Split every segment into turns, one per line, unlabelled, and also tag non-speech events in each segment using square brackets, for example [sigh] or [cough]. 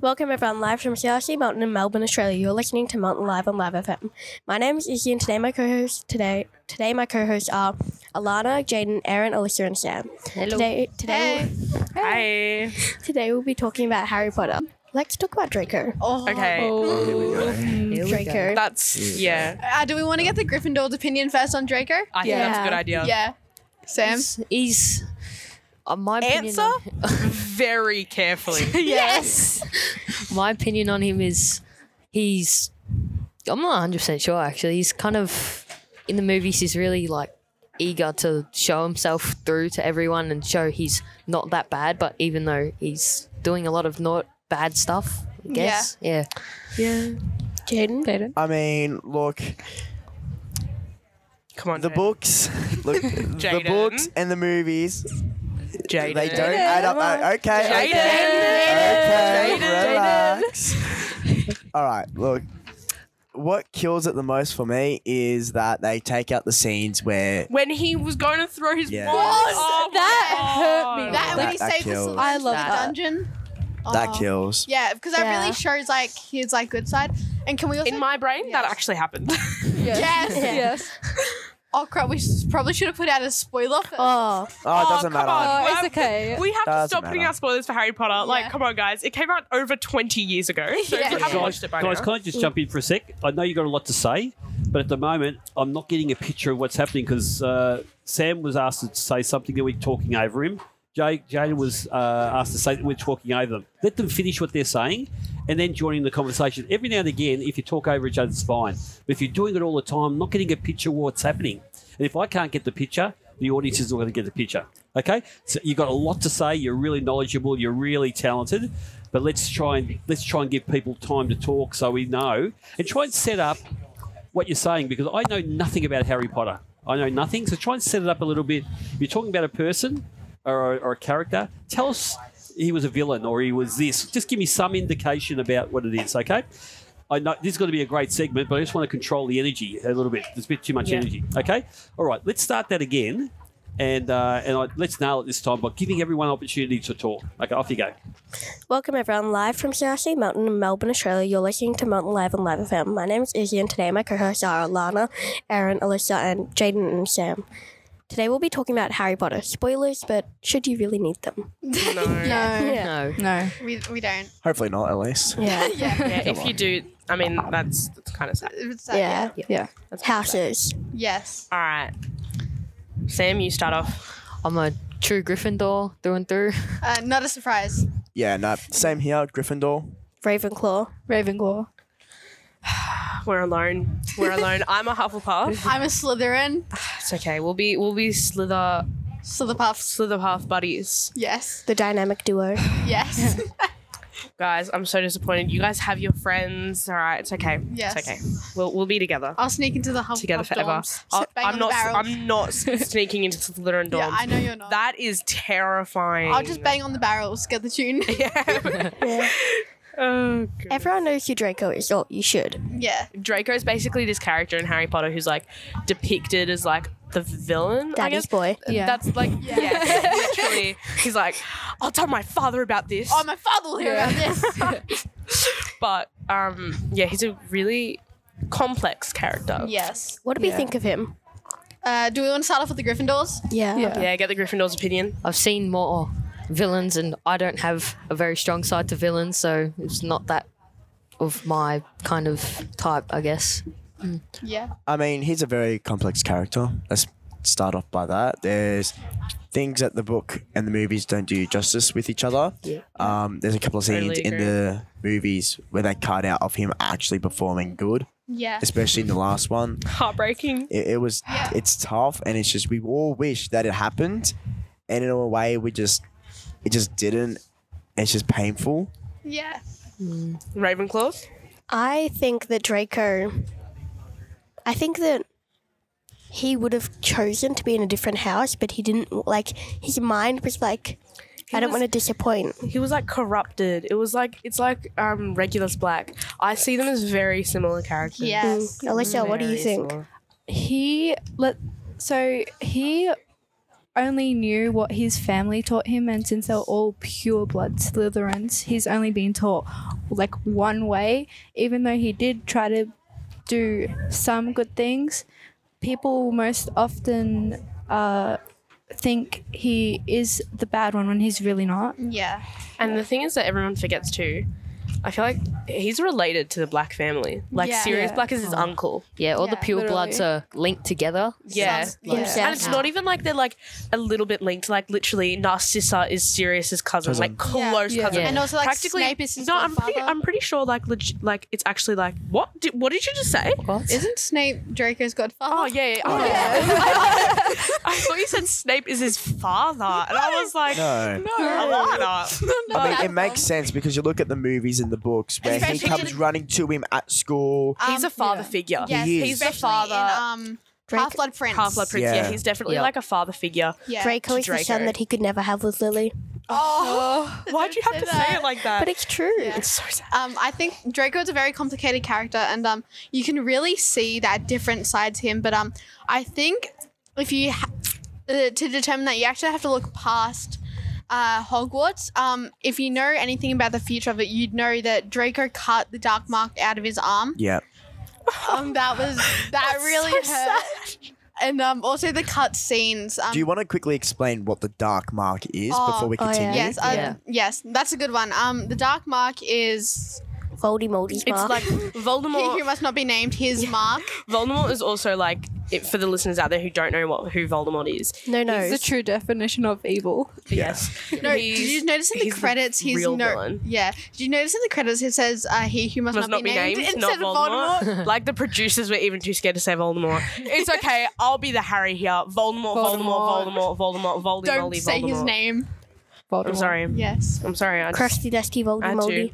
Welcome everyone live from CRC Mountain in Melbourne, Australia. You're listening to Mountain Live on Live FM. My name is Izzy and today my co-hosts today today my co-hosts are Alana, Jaden, Aaron, Alyssa, and Sam.
Hello.
Today today
Hi.
we'll, today we'll be talking about Harry Potter. Let's talk about Draco.
Oh.
Okay.
Draco.
That's yeah.
Uh, do we want to get the Gryffindor's opinion first on Draco?
I think that's a good
Yeah.
idea.
Yeah. Sam?
He's, he's uh, my opinion.
Answer
On,
very carefully.
[laughs] Yes.
my opinion on him is he's. I'm not 100 percent sure actually. He's kind of in the movies. He's really like eager to show himself through to everyone and show he's not that bad. But even though he's doing a lot of not bad stuff, I guess yeah.
Jaden.
I mean, look,
Come on.
the
Jaden.
books, look, the
Jaden.
books and the movies,
Jaden.
they don't add up. Oh, okay,
Jaden.
okay, okay,
Jaden.
relax. All right, look. What kills it the most for me is that they take out the scenes where
When he was going to throw his
Yeah.
wand.
Was
Oh my
that
God.
hurt me. That, when he
That- that
saved the
kills.
saloon
I love
from the
that.
dungeon.
that
Oh.
kills.
Yeah, because that
Yeah.
really shows like his like good side. And can we also
In my brain, that
Yes.
actually
[laughs]
happened.
Yes.
Yes.
[laughs] Oh crap, we s- probably should have put out a spoiler first.
Oh.
Oh, it
Oh,
doesn't
come
matter.
on.
Oh,
Um,
it's okay.
we have to
Doesn't
stop putting
matter.
out spoilers for Harry Potter. Like,
Yeah.
come on, guys. It came out over 20 years ago. So if
Yeah.
you haven't
Guys-
watched it by
Guys,
now.
can I just jump in for a sec? I know you got a lot to say, but at the moment, I'm not getting a picture of what's happening because uh, Sam was asked to say something that we're talking over him. Jake, Jaden was uh, asked to say that we're talking over them. Let them finish what they're saying and then join in the conversation. Every now and again, if you talk over each other, it's fine. But if you're doing it all the time, I'm not getting a picture of what's happening. And if I can't get the picture, the audience is not going to get the picture. Okay? So you've got a lot to say. You're really knowledgeable. You're really talented. But let's try and let's try and give people time to talk so we know and try and set up what you're saying because I know nothing about Harry Potter. I know nothing. So try and set it up a little bit. If you're talking about a person or a, or a character, tell us he was a villain or he was this. Just give me some indication about what it is, okay? I know this is going to be a great segment, but I just want to control the energy a little bit. There's a bit too much
Yeah.
energy, okay? All right, let's start that again. And, uh, and I, let's nail it this time by giving everyone opportunity to talk. Okay, off you go.
Welcome everyone live from CRC Mountain in Melbourne, Australia. You're listening to Mountain Live on Live FM. My name is Izzy and today my co-hosts are Alana, Aaron, Alyssa, and Jaden and Sam. Today we'll be talking about Harry Potter. Spoilers, but should you really need them?
[laughs] No.
Yeah.
No,
No.
We, we don't.
Hopefully not, at least.
Yeah.
Yeah.
Yeah, if you do, I mean, that's, that's kind of sad.
It's
Yeah.
that- yeah.
Yeah.
That's kinda sad.
Houses.
Yes.
All right. Sam, you start off.
I'm a true Gryffindor through and through.
Uh, not a surprise.
Yeah, no. Same here, Gryffindor.
Ravenclaw.
Ravenclaw.
We're alone. We're alone. I'm a
[laughs]
Hufflepuff.
I'm a Slytherin.
It's okay. We'll be we'll be Slither
Slytherpuffs.
Slitherpuff buddies,
Yes.
The dynamic duo.
[laughs]
Yes. [laughs]
guys. I'm so disappointed. You guys have your friends. All right, it's okay.
Yes.
It's okay. We'll we'll be together.
I'll sneak into the Hufflepuff
together forever.
dorms.
I'll-
Bang
I'm
on
not.
The barrels.
I'm
[laughs]
not sneaking into Slytherin dorms.
Yeah, I know you're not.
That is terrifying.
I'll just bang on the barrels, get the tune.
[laughs] Yeah.
Yeah.
oh, God.
Everyone knows who Draco is, or you should.
yeah.
Draco's basically this character in Harry Potter who's like depicted as like the villain. I
Daddy's
guess.
boy.
Yeah.
That's like yeah.
Yeah.
[laughs] literally. He's like, I'll tell my father about this.
Oh, my father will hear about this.
but um, yeah, he's a really complex character.
[laughs] yes.
What do we
Yeah.
think of him?
Uh, do we want to start off with the Gryffindors?
Yeah.
Yeah.
Yeah, get the Gryffindor's opinion.
I've seen more villains, and I don't have a very strong side to villains, so it's not that of my kind of type, I guess.
Yeah.
I mean, he's a very complex character. Let's start off by that. There's things that the book and the movies don't do justice with each other.
Yeah.
Um, there's a couple of scenes
Totally
in
agree.
the movies where they cut out of him actually performing good,
Yeah.
especially in the last one.
Heartbreaking.
It, it was,
Yeah.
it's tough, and it's just we all wish that it happened, and in a way, we just, it just didn't. It's just painful.
Yeah.
Ravenclaws.
I think that Draco. I think that he would have chosen to be in a different house, but he didn't. Like his mind was like, I don't
was-
want to disappoint.
He was like corrupted. It was like it's like um Regulus Black. I see them as very similar characters.
Yes.
Mm. Alyssa, what do you
Very
think?
similar.
He let so he only knew what his family taught him, and since they were all pure blood Slytherins, he's only been taught like one way. Even though he did try to do some good things, people most often uh, think he is the bad one when he's really not.
Yeah.
And the thing is that everyone forgets too. I feel like he's related to the black family. Like
Yeah.
Sirius
Yeah.
Black is his uncle.
Yeah, all the
Yeah,
pure bloods are linked together.
Yeah.
Yeah.
And it's not even like they're like a little bit linked. Like literally, Narcissa is Sirius's cousin,
Cousin.
like close
Yeah.
cousin.
Yeah.
And also like
Practically,
Snape is his
no. I'm pretty.
godfather.
I'm pretty sure. Like, legit, like it's actually like what? Did, what did you just say?
What?
Isn't Snape Draco's godfather?
Oh yeah, yeah.
[laughs]
Oh, yeah. I thought you said Snape is his father, and I was like,
No.
[laughs]
Alana.
I mean,
That
it makes
one.
sense because you look at the movies and the books where he
Especially
comes
the-
running to him at school.
Um,
he's a father
yeah.
figure.
Yes,
He is.
he's
He's the
father.
father.
um,
Draco-
Half Blood Prince.
Half Blood Prince. Yeah.
Yeah.
he's definitely
Yeah.
like a father figure.
Yeah.
Draco
to
is the son
Draco.
that he could never have with Lily.
Oh,
[laughs] Why'd you have
Don't
to
say
say
that.
it like that?
But it's true.
Yeah.
it's so sad.
Um, I think Draco is a very complicated character, and um, you can really see that different sides to him. But um, I think if you ha- uh, to determine that, you actually have to look past uh, Hogwarts. Um, if you know anything about the future of it, you'd know that Draco cut the Dark Mark out of his arm.
Yeah.
Um, that
[laughs]
was that really hurt. And um, also the cut scenes. Um,
Do you want to quickly explain what the dark mark is
Oh,
before we
oh, yeah.
continue?
Yes, uh,
Yeah.
yes, that's a good one. Um, the Dark Mark is
Foldy Moldy's
It's
mark.
[laughs]
like
he [laughs] who
Voldemort.
must not be named. His mark.
Voldemort is also like it, for the listeners out there who don't know what who Voldemort is.
no,
It's
no.
the true definition of evil.
But yes,
No, did you notice in the
he's the
credits he's
real
no?
villain.
Yeah, did you notice in the credits it says uh, he who must,
must not be named, not
instead
Voldemort.
of [laughs] Voldemort?
[laughs] like the producers were even too scared to say Voldemort. It's okay. I'll be the Harry here. Voldemort, Voldemort, Voldemort, Voldemort, Voldemort,
Don't
Voldemort.
say his name.
Voldemort.
I'm sorry.
Yes.
I'm sorry. I just,
Crusty, dusty, Foldy
I do.
Moldy.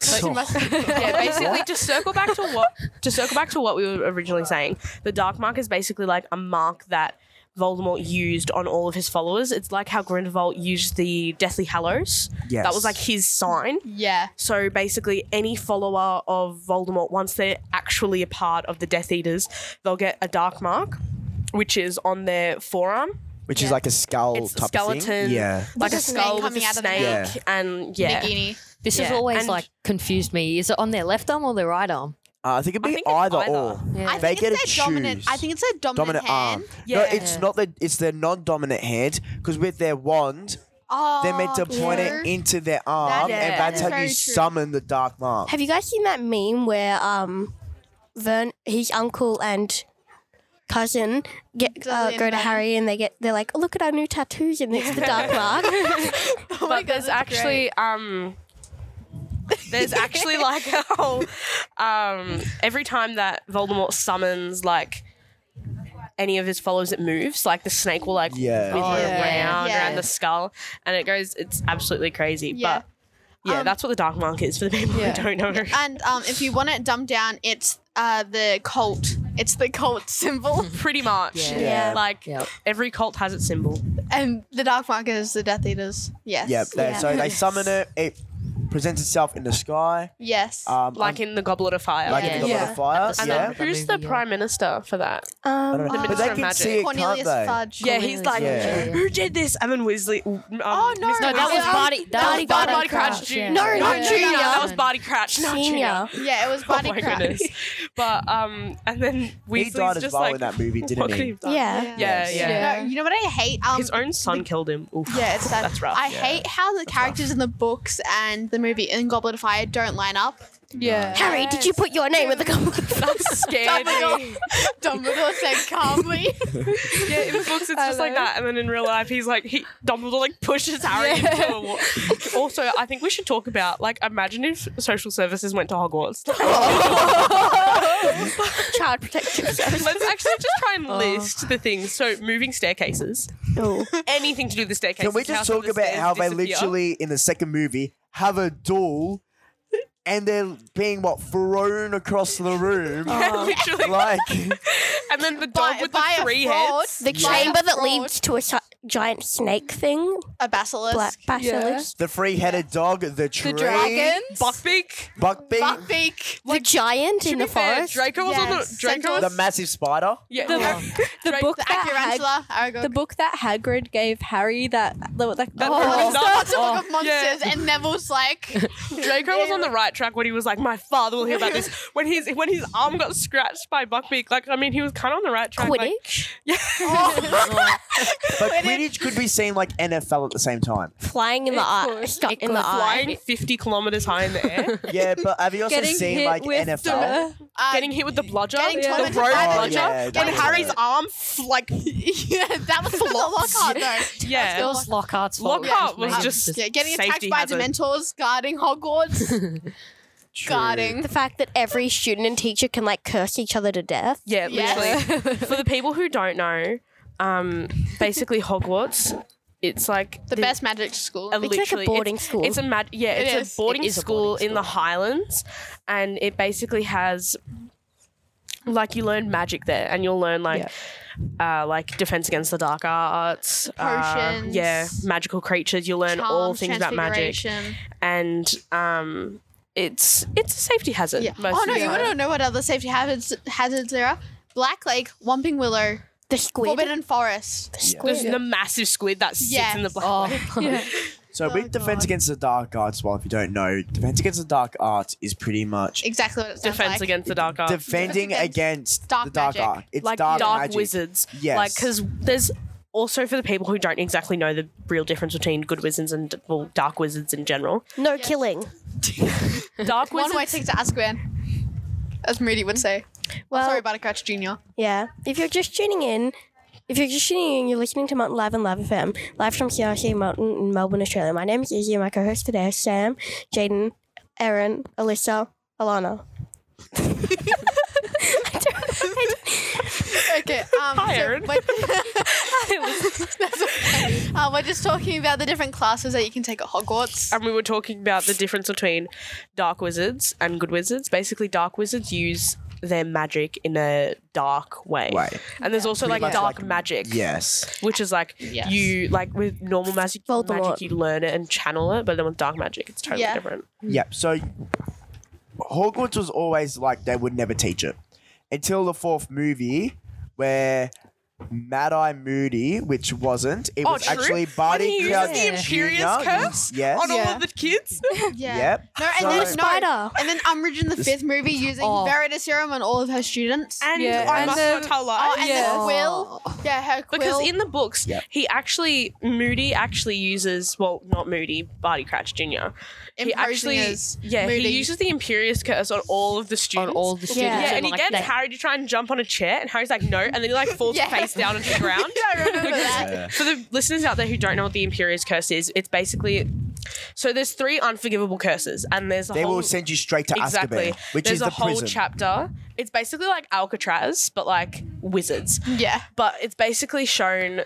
But
[laughs]
you must-
yeah, basically to circle back to what to circle back to what we were originally saying. The dark mark is basically like a mark that Voldemort used on all of his followers. It's like how Grindelwald used the Deathly Hallows.
Yes.
That was like his sign.
yeah.
So basically, any follower of Voldemort, once they're actually a part of the Death Eaters, they'll get a dark mark, which is on their forearm,
[laughs] Which is like a skull
It's a
type of
skeleton.
thing. Yeah.
like
a
a
snake
skull with a
coming out of the
snake,
mouth.
and yeah,
Nagini.
This has
Yeah,
always
and-
like confused me. Is it on their left arm or their right arm?
Uh, I think it'd be
I think it's
either,
either.
or.
Yeah.
I
They
think
get to
it's their dominant.
choose.
I think it's their dominant,
Dominant
hand.
arm. No, it's
Yeah.
not the. It's their non-dominant hand because with their wand,
Oh,
they're meant to point
true.
it into their arm,
is-
and
that
that's
is
how you
very true.
summon the dark mark.
Have you guys seen that meme where um, Vern, his uncle and cousin get uh,
Dudley and
go to
Vern.
Harry and they get they're like, oh, look at our new tattoos and it's the dark mark. Um,
Oh
but there's actually um
[laughs]
there's actually like a whole um every time that Voldemort summons like any of his followers it moves like the snake will like
Yeah.
wither
Oh,
yeah.
around
Yeah.
around the skull and it goes it's absolutely crazy
Yeah.
but yeah
Um,
that's what the dark mark is for the people
Yeah.
who don't know
And um, if you want it dumbed down, it's uh, the cult. It's the cult
[laughs]
symbol,
[laughs] pretty much
Yeah.
like
Yep.
every cult has its symbol
and the Dark Mark is the Death Eaters. Yes.
Yep. they-
Yeah.
So they summon it. It presents itself in the sky.
Yes.
Um,
like in the goblet of fire
like
Yeah.
in the
Yeah.
yeah. of fire.
and
Yeah.
then
Yeah.
who's the
Yeah.
prime minister for that
I don't
Um,
know.
The
but they
Minister of
can
Magic.
see it,
Cornelius
can't they?
Fudge.
yeah he's like
Yeah.
who did this and then Weasley um,
Oh no!
No, that was Barty. That
was
was
Barty
Barty,
Crouch
Crouch.
Jr.
yeah.
No,
Not
no,
Junior.
Junior.
That was Barty Crouch. Not
Senior.
Junior.
Yeah, it was
[laughs] Oh
Barty
my
Crouch.
goodness. But um, and then
He
Weasley's
died as
just
well
like
in that
[laughs]
movie,
what
didn't
could he
he?
have done?
yeah.
Yeah, yeah.
Yeah.
No, you know what I hate? Um,
His own [laughs] son killed him. Oof.
yeah,
[laughs]
it's sad.
That's rough.
I hate how the characters in the books and the movie in Goblet of Fire don't line up.
Yeah.
uh, Harry, did you put your name in the
[laughs]
couple?
That's scared me.
[laughs] Dumbledore said calmly.
Yeah, in the books it's just like that, and then in real life he's like he Dumbledore like pushes Harry into a wall. [laughs] Also, I think we should talk about like imagine if social services went
[laughs]
to Hogwarts. [laughs]
Child protective service.
Let's actually just try
Oh.
and list the things. So moving staircases,
Oh.
anything to do with the staircases.
Can we
how
just
some of
talk
the
about
stairs
how they
disappear?
literally in the second movie have a duel and they're being what thrown across the
[laughs]
room?
literally
[laughs] like
And then the dog
By- [laughs]
with
by a
the three
fraud.
heads.
The
Yeah.
chamber that
Fraud.
leads to a si- giant snake thing,
A basilisk.
black basilisk,
The three-headed dog, the tree,
The dragons.
Buckbeak.
Buckbeak,
Buckbeak.
the giant in
To be
the
fair,
forest.
Draco was on the
Yes.
Draco
Central-
the
was
massive spider.
yeah.
The-
yeah.
The
Drake-
book
The
that Hag-
Acurantula. Aragog.
the book that Hagrid gave Harry that like
That-
oh,
Monster,
Oh,
it's a book of monsters,
yeah.
and Neville's
[laughs]
like,
Draco was on the right track when he was like, "My father will hear about this." When his when his arm got scratched by Buckbeak, like I mean, he was kind of on the right track. like-
Quidditch,
[laughs] yeah.
But Quidditch could be seen like NFL at the same time.
[laughs] flying in the eye, stuck in the
flying
eye.
fifty kilometers high in the air,
Yeah, but have you also
Getting
seen
hit
like
with
NFL?
[laughs] uh,
getting hit with the bludger,
getting
the rope
tormented by the
bludger,
bludger.
and
Yeah,
Harry's
that's
arm f- like
[laughs] yeah,
[laughs]
that was not the Lockhart though.
yeah.
[laughs] It was Lockhart's fault.
Lockhart
which
was
made it
just
Yeah, getting attacked
Safety
by
hazard.
Dementors, guarding
[laughs]
Hogwarts, guarding.
The fact that every student and teacher can like curse each other to death.
Yeah,
Yes. [laughs]
literally. For the people who don't know, um, basically Hogwarts, it's like
The best magic school.
a
It's like a
literally-
boarding school.
It's a mad, yeah,
It
it's
is.
a boarding
It is a
school
boarding
in the Highlands, and it basically has like you learn magic there, and you'll learn like. Uh, like defense against the dark arts, uh,
Potions.
yeah, magical creatures. You learn all
Charms,
things about magic,
transfiguration.
and um, it's it's a safety hazard.
Yeah.
most
Oh
of
no,
the
you
time.
want to know what other safety hazards, hazards there are? Black Lake, Whomping Willow,
The squid.
Forbidden Forest.
The squid.
There's the massive squid that sits
Yes.
in the [laughs] black.
Oh,
So with defense against the dark arts, well, if you don't know, defense against the dark arts is pretty much
Exactly what it sounds
defense
like.
against the dark arts.
defending
Defense
against
dark
the dark
magic.
art. It's
like
dark,
dark,
magic.
wizards.
Yes.
Like because there's also for the people who don't exactly know the real difference between good wizards and well, dark wizards in
[laughs]
general.
No killing.
Dark
One
wizards.
way ticket to Azkaban, as Moody would say.
Well,
Sorry, Buttercratch Junior.
Yeah. If you're just tuning in, if you're just tuning in, you're listening to Mountain Live and Live FM, live from CRC Mountain in Melbourne, Australia. My name is Izzy, and my co hosts today are Sam, Jaden, Erin, Alyssa, Alana.
[laughs]
Okay. Um,
Hi,
so
Erin.
we're-
[laughs]
That's okay. Uh, we're just talking about the different classes that you can take at Hogwarts.
and we were talking about the difference between dark wizards and good wizards. Basically, dark wizards use their magic in a dark way.
Way.
And there's also like
much
dark
like-
magic.
Yes.
Which is like
Yes.
you like with normal magic,
Voldemort.
magic you learn it and channel it, but then with dark magic it's totally
Yeah.
different.
Yep. So Hogwarts was always like they would never teach it until the fourth movie where. Mad Eye Moody, which wasn't. It
Oh,
was
true.
actually
And
Barty
he used
Crouch
the Oh, Imperious
Jr.
curse
Yes.
On all
Yeah.
of the kids.
Um, Yeah.
Yep.
[laughs] No, and then no,
So-
Spider.
and then Umbridge in the fifth movie using
Oh.
Veritaserum on all of her students.
And
Yeah,
I
and
must
the-
not tell lies.
oh, and the quill. Yeah, her quill.
Because in the books,
Yep.
he actually Moody actually uses well, not Moody, Barty Crouch Jr. He
Imposing
actually,
as
yeah,
Moody.
he uses the Imperious Curse on all of the students.
on all the students.
Yeah,
yeah,
so
and he
like,
gets
they-
Harry to try and jump on a chair, and Harry's like, "No," and then he like falls
Yeah.
face down onto the ground.
[laughs]
I remember that.
For the listeners out there who don't know what the Imperious Curse is, it's basically so there's three unforgivable curses, and there's a
They
whole
will send you straight to
exactly
Azkaban, which
there's
is
a
the
whole
prison.
chapter. It's basically like Alcatraz, but like wizards
Yeah.
but it's basically shown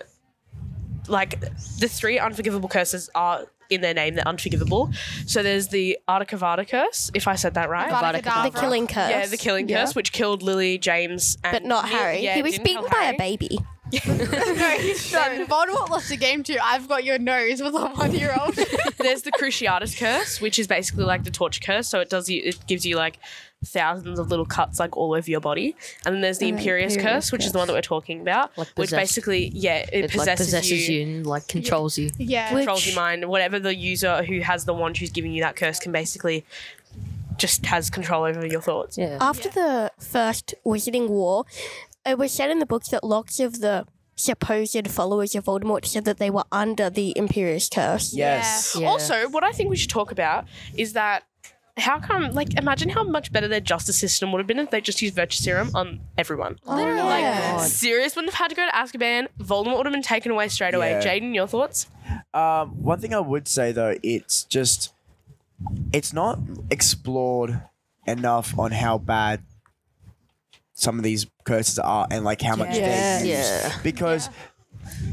like the three unforgivable curses are in their name they're unforgivable so there's the Ardacavada curse if I said that right
Avada Kedavra.
The killing curse.
yeah the killing curse which killed Lily James and
But not
Neil-
Harry.
yeah,
he was
didn't
beaten
kill
by
Harry.
a baby.
Then Voldemort lost a game too. I've got your nose with a one-year-old.
[laughs] there's the Cruciatus curse which is basically like the torture curse so it does you it gives you like thousands of little cuts like all over your body and then there's the Imperious,
Imperious
curse which is
curse.
the one that we're talking about
Like
which
possess-
basically yeah it,
It
possesses,
like possesses
you
you and like controls you.
[laughs] yeah.
controls your mind. Whatever the user who has the wand who's giving you that curse can basically just has control over your thoughts.
Yeah.
After the first Wizarding War, it was said in the books that lots of the supposed followers of Voldemort said that they were under the Imperious Curse.
Yes.
Yeah.
Also, what I think we should talk about is that how come like imagine how much better their justice system would have been if they just used virtue serum on everyone.
Oh
Literally.
Like
Yeah.
God.
Sirius wouldn't have had to go to Azkaban. Voldemort would have been taken away straight away.
Yeah.
Jaden, your thoughts?
Um, one thing I would say though, it's just it's not explored enough on how bad some of these curses are and like how much
Yeah.
they use. Because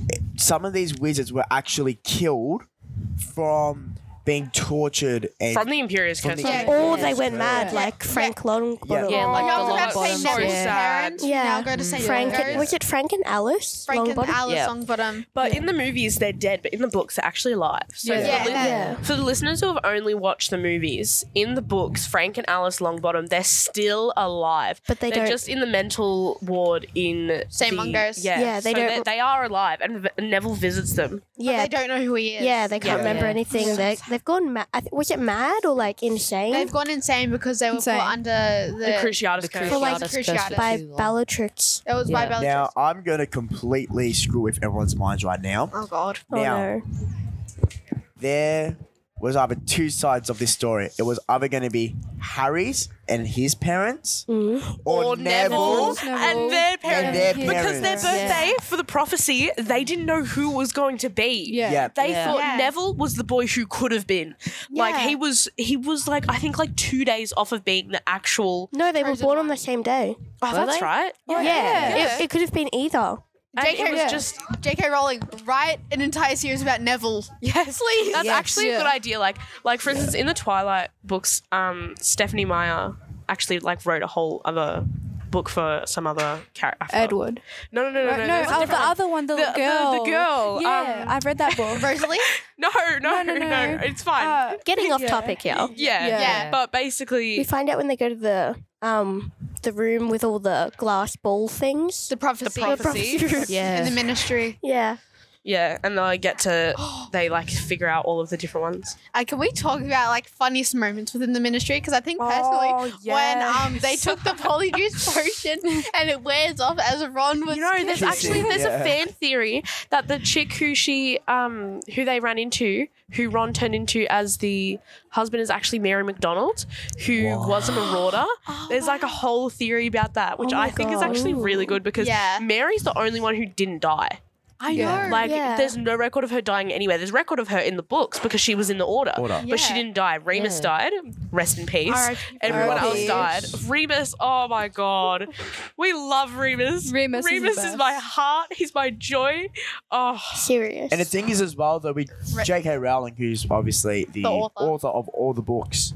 it- some of these wizards were actually killed from being tortured and
from the Imperious
From the-
Curse.
Yeah.
Or they went mad,
Yeah.
like Frank Long.
Yeah.
Yeah, like
Oh, I
the
was
long
about to
bottoms.
say Neville's
So
parents.
sad.
Now go to
Mm.
St.
Frank,
Mungo's.
was it Frank and Alice?
Frank and
Longbottom?
Alice
Yeah.
Longbottom.
But in the movies, they're dead, but in the books, they're actually alive. So
Yeah.
for
Yeah.
the-
Yeah.
For the listeners who have only watched the movies, in the books, Frank and Alice Longbottom, they're still alive.
But they
they're
don't-
just in the mental ward in
St.
the-
Mungo's.
Yeah,
Yeah, they
they so
don't-
don't. They are alive, and V- Neville visits them.
Yeah,
Oh, They don't know who he is.
yeah, they can't
Yeah.
remember
Yeah.
anything. They they've gone mad. I th- was it mad or like insane
They've gone insane because they were
Insane.
put under
The
the.
Cruciatus Curse.
For, like,
Cruciatus Curse for
Cruciatus.
by
too long.
Bellatrix?
it was by
Yeah.
Bellatrix.
Now I'm gonna completely screw with everyone's minds right now.
oh God.
Oh
Now,
no!
there was either two sides of this story. It was either going to be Harry's and his parents,
Mm.
or, Neville.
Neville's and their parents.
their
Because their
parents.
birthday for the prophecy, they didn't know who was going to be.
Yeah.
Yeah.
They
Yeah.
thought
Yeah.
Neville was the boy who could have been. Like
Yeah.
he was he was like I think like two days off of being the actual
No, they were
Frozen
born on the same day.
Oh, that's right.
Yeah,
yeah.
It, it could have been either.
And
JK
it was
yeah.
just
J.K. Rowling write an entire series about Neville.
Yes,
Please.
That's
Yes.
actually a good idea. Like, like for instance, in the Twilight books, um, Stephanie Meyer actually like wrote a whole other book for some other character.
Edward.
No, no, no, no,
No, no
no. there's a
oh, the
different one.
other one, the,
The-
little
the-
girl.
the girl,
Yeah,
um,
I've read that
[laughs]
book.
Rosalie.
No, no,
No,
no,
no,
no,
no.
It's fine.
Uh,
Getting off
yeah.
topic here.
yeah.
yeah.
yeah.
But
We
basically,
find out when they go to the um the room with all the glass ball things.
The prophecy.
The prophecy.
Yeah.
In the ministry.
yeah.
yeah, and they get to they like figure out all of the different ones.
Uh, can we talk about like funniest moments within the ministry? Because I think personally,
Oh,
when um they took the
[laughs]
polyjuice potion and it wears off as Ron was.
You know, there's
Kissing,
actually there's
yeah.
a fan theory that the chick who she um who they ran into, who Ron turned into as the husband is actually Mary McDonald, who was a marauder. there's like a whole theory about that, which
Oh my
I think is
God.
actually really good because
Yeah.
Mary's the only one who didn't die.
I
Yeah.
know.
Like
Yeah.
there's no record of her dying anywhere. There's record of her in the books because she was in the order.
Order.
But she
Yeah.
didn't die. Remus
Yeah.
died. Rest in peace.
R.I.P.
Everyone else
R.I.P.
died. Remus, oh my god. We love Remus.
Remus is the
Remus is,
best.
my heart. He's my joy. Oh,
Serious.
And the thing is, as well, though, we
Re-
J.K. Rowling, who's obviously the,
The
author.
author.
of all the books,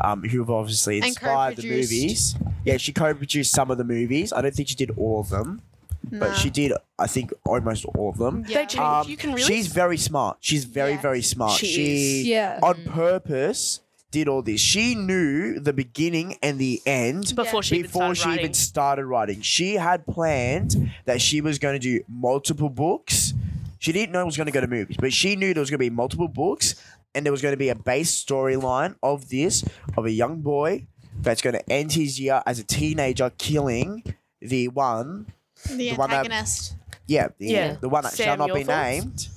um, who have obviously
And
inspired the
co-produced.
movies. Yeah, she co-produced some of the movies. I don't think she did all of them,
Nah.
but she did, I think, almost all of them.
Yeah.
they change.
Um,
you can really
She's very smart. She's very,
Yes.
very smart.
She
she
is.
Yeah.
on purpose did all this. She knew the beginning and the end
before she
before
even
she
started writing.
even started writing. She had planned that she was going to do multiple books. She didn't know it was going to go to movies, but she knew there was going to be multiple books and there was going to be a base storyline of this of a young boy that's going to end his year as a teenager killing the one
the
the one that-
antagonist.
yeah the,
Yeah.
the one that
Sam,
shall not be
your thoughts?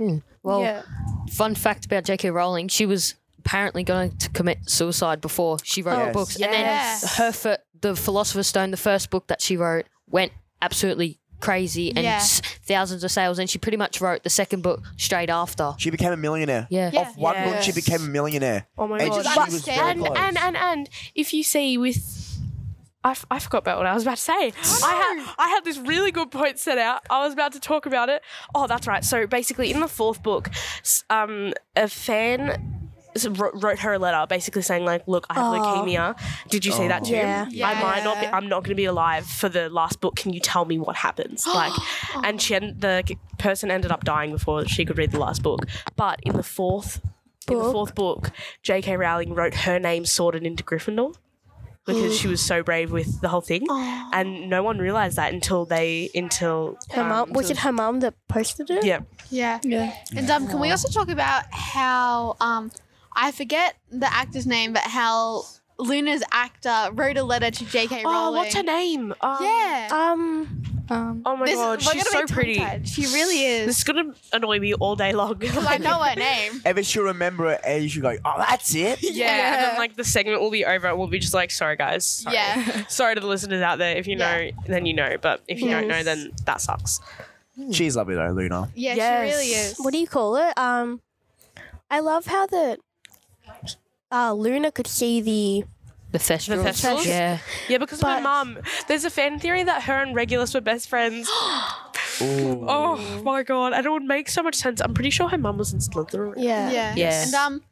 named
Well,
yeah.
fun fact about J.K. Rowling: she was apparently going to commit suicide before she wrote
Yes.
her books, and then
Yes.
her fir- the Philosopher's Stone, the first book that she wrote, went absolutely crazy and
Yeah.
s- thousands of sales, and she pretty much wrote the second book straight after.
she became a millionaire
Yeah,
Yeah.
off one book she
Yes.
became a millionaire
oh my
and
god.
she
But-
was very
and,
close.
and and and if you see with I, f- I forgot about what I was about to say. I, had I had this really good point set out. I was about to talk about it. Oh, that's right. So basically, in the fourth book, s- um, a fan s- wr- wrote her a letter, basically saying like, "Look, I have
Oh.
leukemia. Did you see that too?
Yeah.
Yeah.
I might not. Be, I'm not going to be alive for the last book. Can you tell me what
[gasps]
happens?" Like, and she had, the c- person ended up dying before she could read the last book. But in the fourth in the fourth book, J.K. Rowling wrote her name sorted into Gryffindor because
[gasps]
she was so brave with the whole thing, and no one realized that until they until
Her
um,
mom was
until-
it her mum that posted it?
yeah.
Yeah.
Yeah.
And um, can we also talk about how um, I forget the actor's name, but how Luna's actor wrote a letter to J.K. Rowling.
Oh, what's her name? Um,
Yeah.
Um.
Um,
Oh my
This-
god,
we're gonna
she's so
be
pretty.
tongue-tied. She really
This
is.
is gonna annoy me all day long. [laughs]
Because I know her name.
ever she'll remember it and she'll go oh that's it
[laughs]
Yeah, and then like the segment will be over, and we'll be just like, "Sorry, guys. Sorry.
Yeah.
[laughs] sorry to the listeners out there. If you know,
Yeah.
then you know. But if you don't know, then that sucks."
she's lovely though Luna
Yeah, she really is.
What do you call it? Um. I love how the. Uh, Luna could see the.
the Thestrals.
Thestrals?
Yeah,
Yeah, because
But-
[gasps]
my mum, there's a fan theory that her and Regulus were best friends.
Ooh.
Oh my god, and it would make so much sense. I'm pretty sure her mum was in Slytherin.
Yeah.
Yeah.
Yeah.
And um,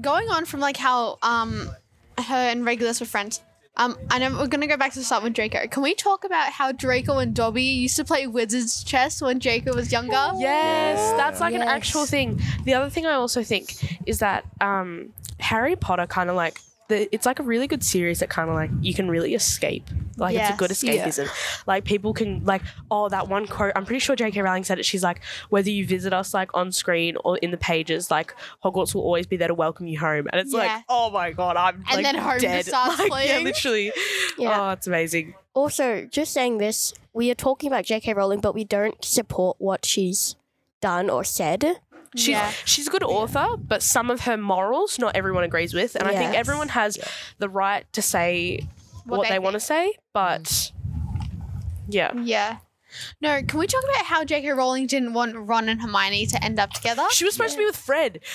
going on from like how um, her and Regulus were friends. Um, I know we're gonna go back to the start with Draco. Can we talk about how Draco and Dobby used to play wizard's chess when Draco was younger?
Yes,
Oh,
that's like an
Yes.
actual thing. The other thing I also think is that um, Harry Potter kind of like the, it's like a really good series that kind of like you can really escape. Like it's a good
Yes.
escapism. Like people can like oh that one quote. I'm pretty sure J.K. Rowling said it. She's like whether you visit us like on screen or in the pages, like Hogwarts will always be there to welcome you home. And it's
Yeah.
like oh my god, I'm
And
like,
then home just
dead.
starts
[laughs] like,
playing.
Yeah, literally.
Yeah.
Oh, it's amazing.
Also, just saying this, we are talking about J.K. Rowling, but we don't support what she's done or said.
She's
Yeah.
she's a good author, but some of her morals not everyone agrees with, and I think
Yes.
everyone has the right to say what,
they
they, want to say, but yeah.
Yeah. No, can we talk about how J.K. Rowling didn't want Ron and Hermione to end up together?
She was supposed to be with Fred. [laughs]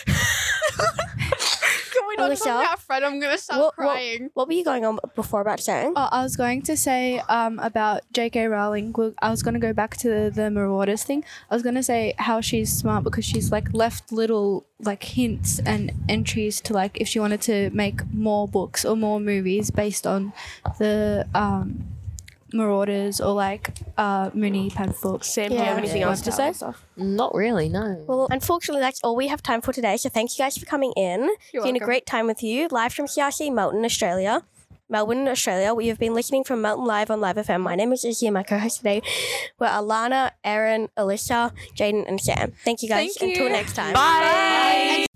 Can we not talk
Alicia?
about Fred? I'm gonna start
What- what-
crying.
What were you going on before about saying?
Oh, I was going to say um, about J.K. Rowling. Well, I was going to go back to the, the Marauders thing. I was going to say how she's smart because she's like left little like hints and entries to like if she wanted to make more books or more movies based on the um, Marauders or like uh, Mooney Padfoot.
Sam, do you
Yeah.
have anything
Blood
else to
Tower
say?
stuff.
Not really, no.
Well, unfortunately, that's all we have time for today. So thank you guys for coming in. it's been a great time with you. Live from CRC Melton, Australia. Melbourne, Australia. We have been listening from Melton Live on Live FM. My name is Izzy and my co-host today were Alana, Aaron, Alyssa, Jaden, and Sam. Thank you guys.
Thank
Until
you.
next time.
Bye. And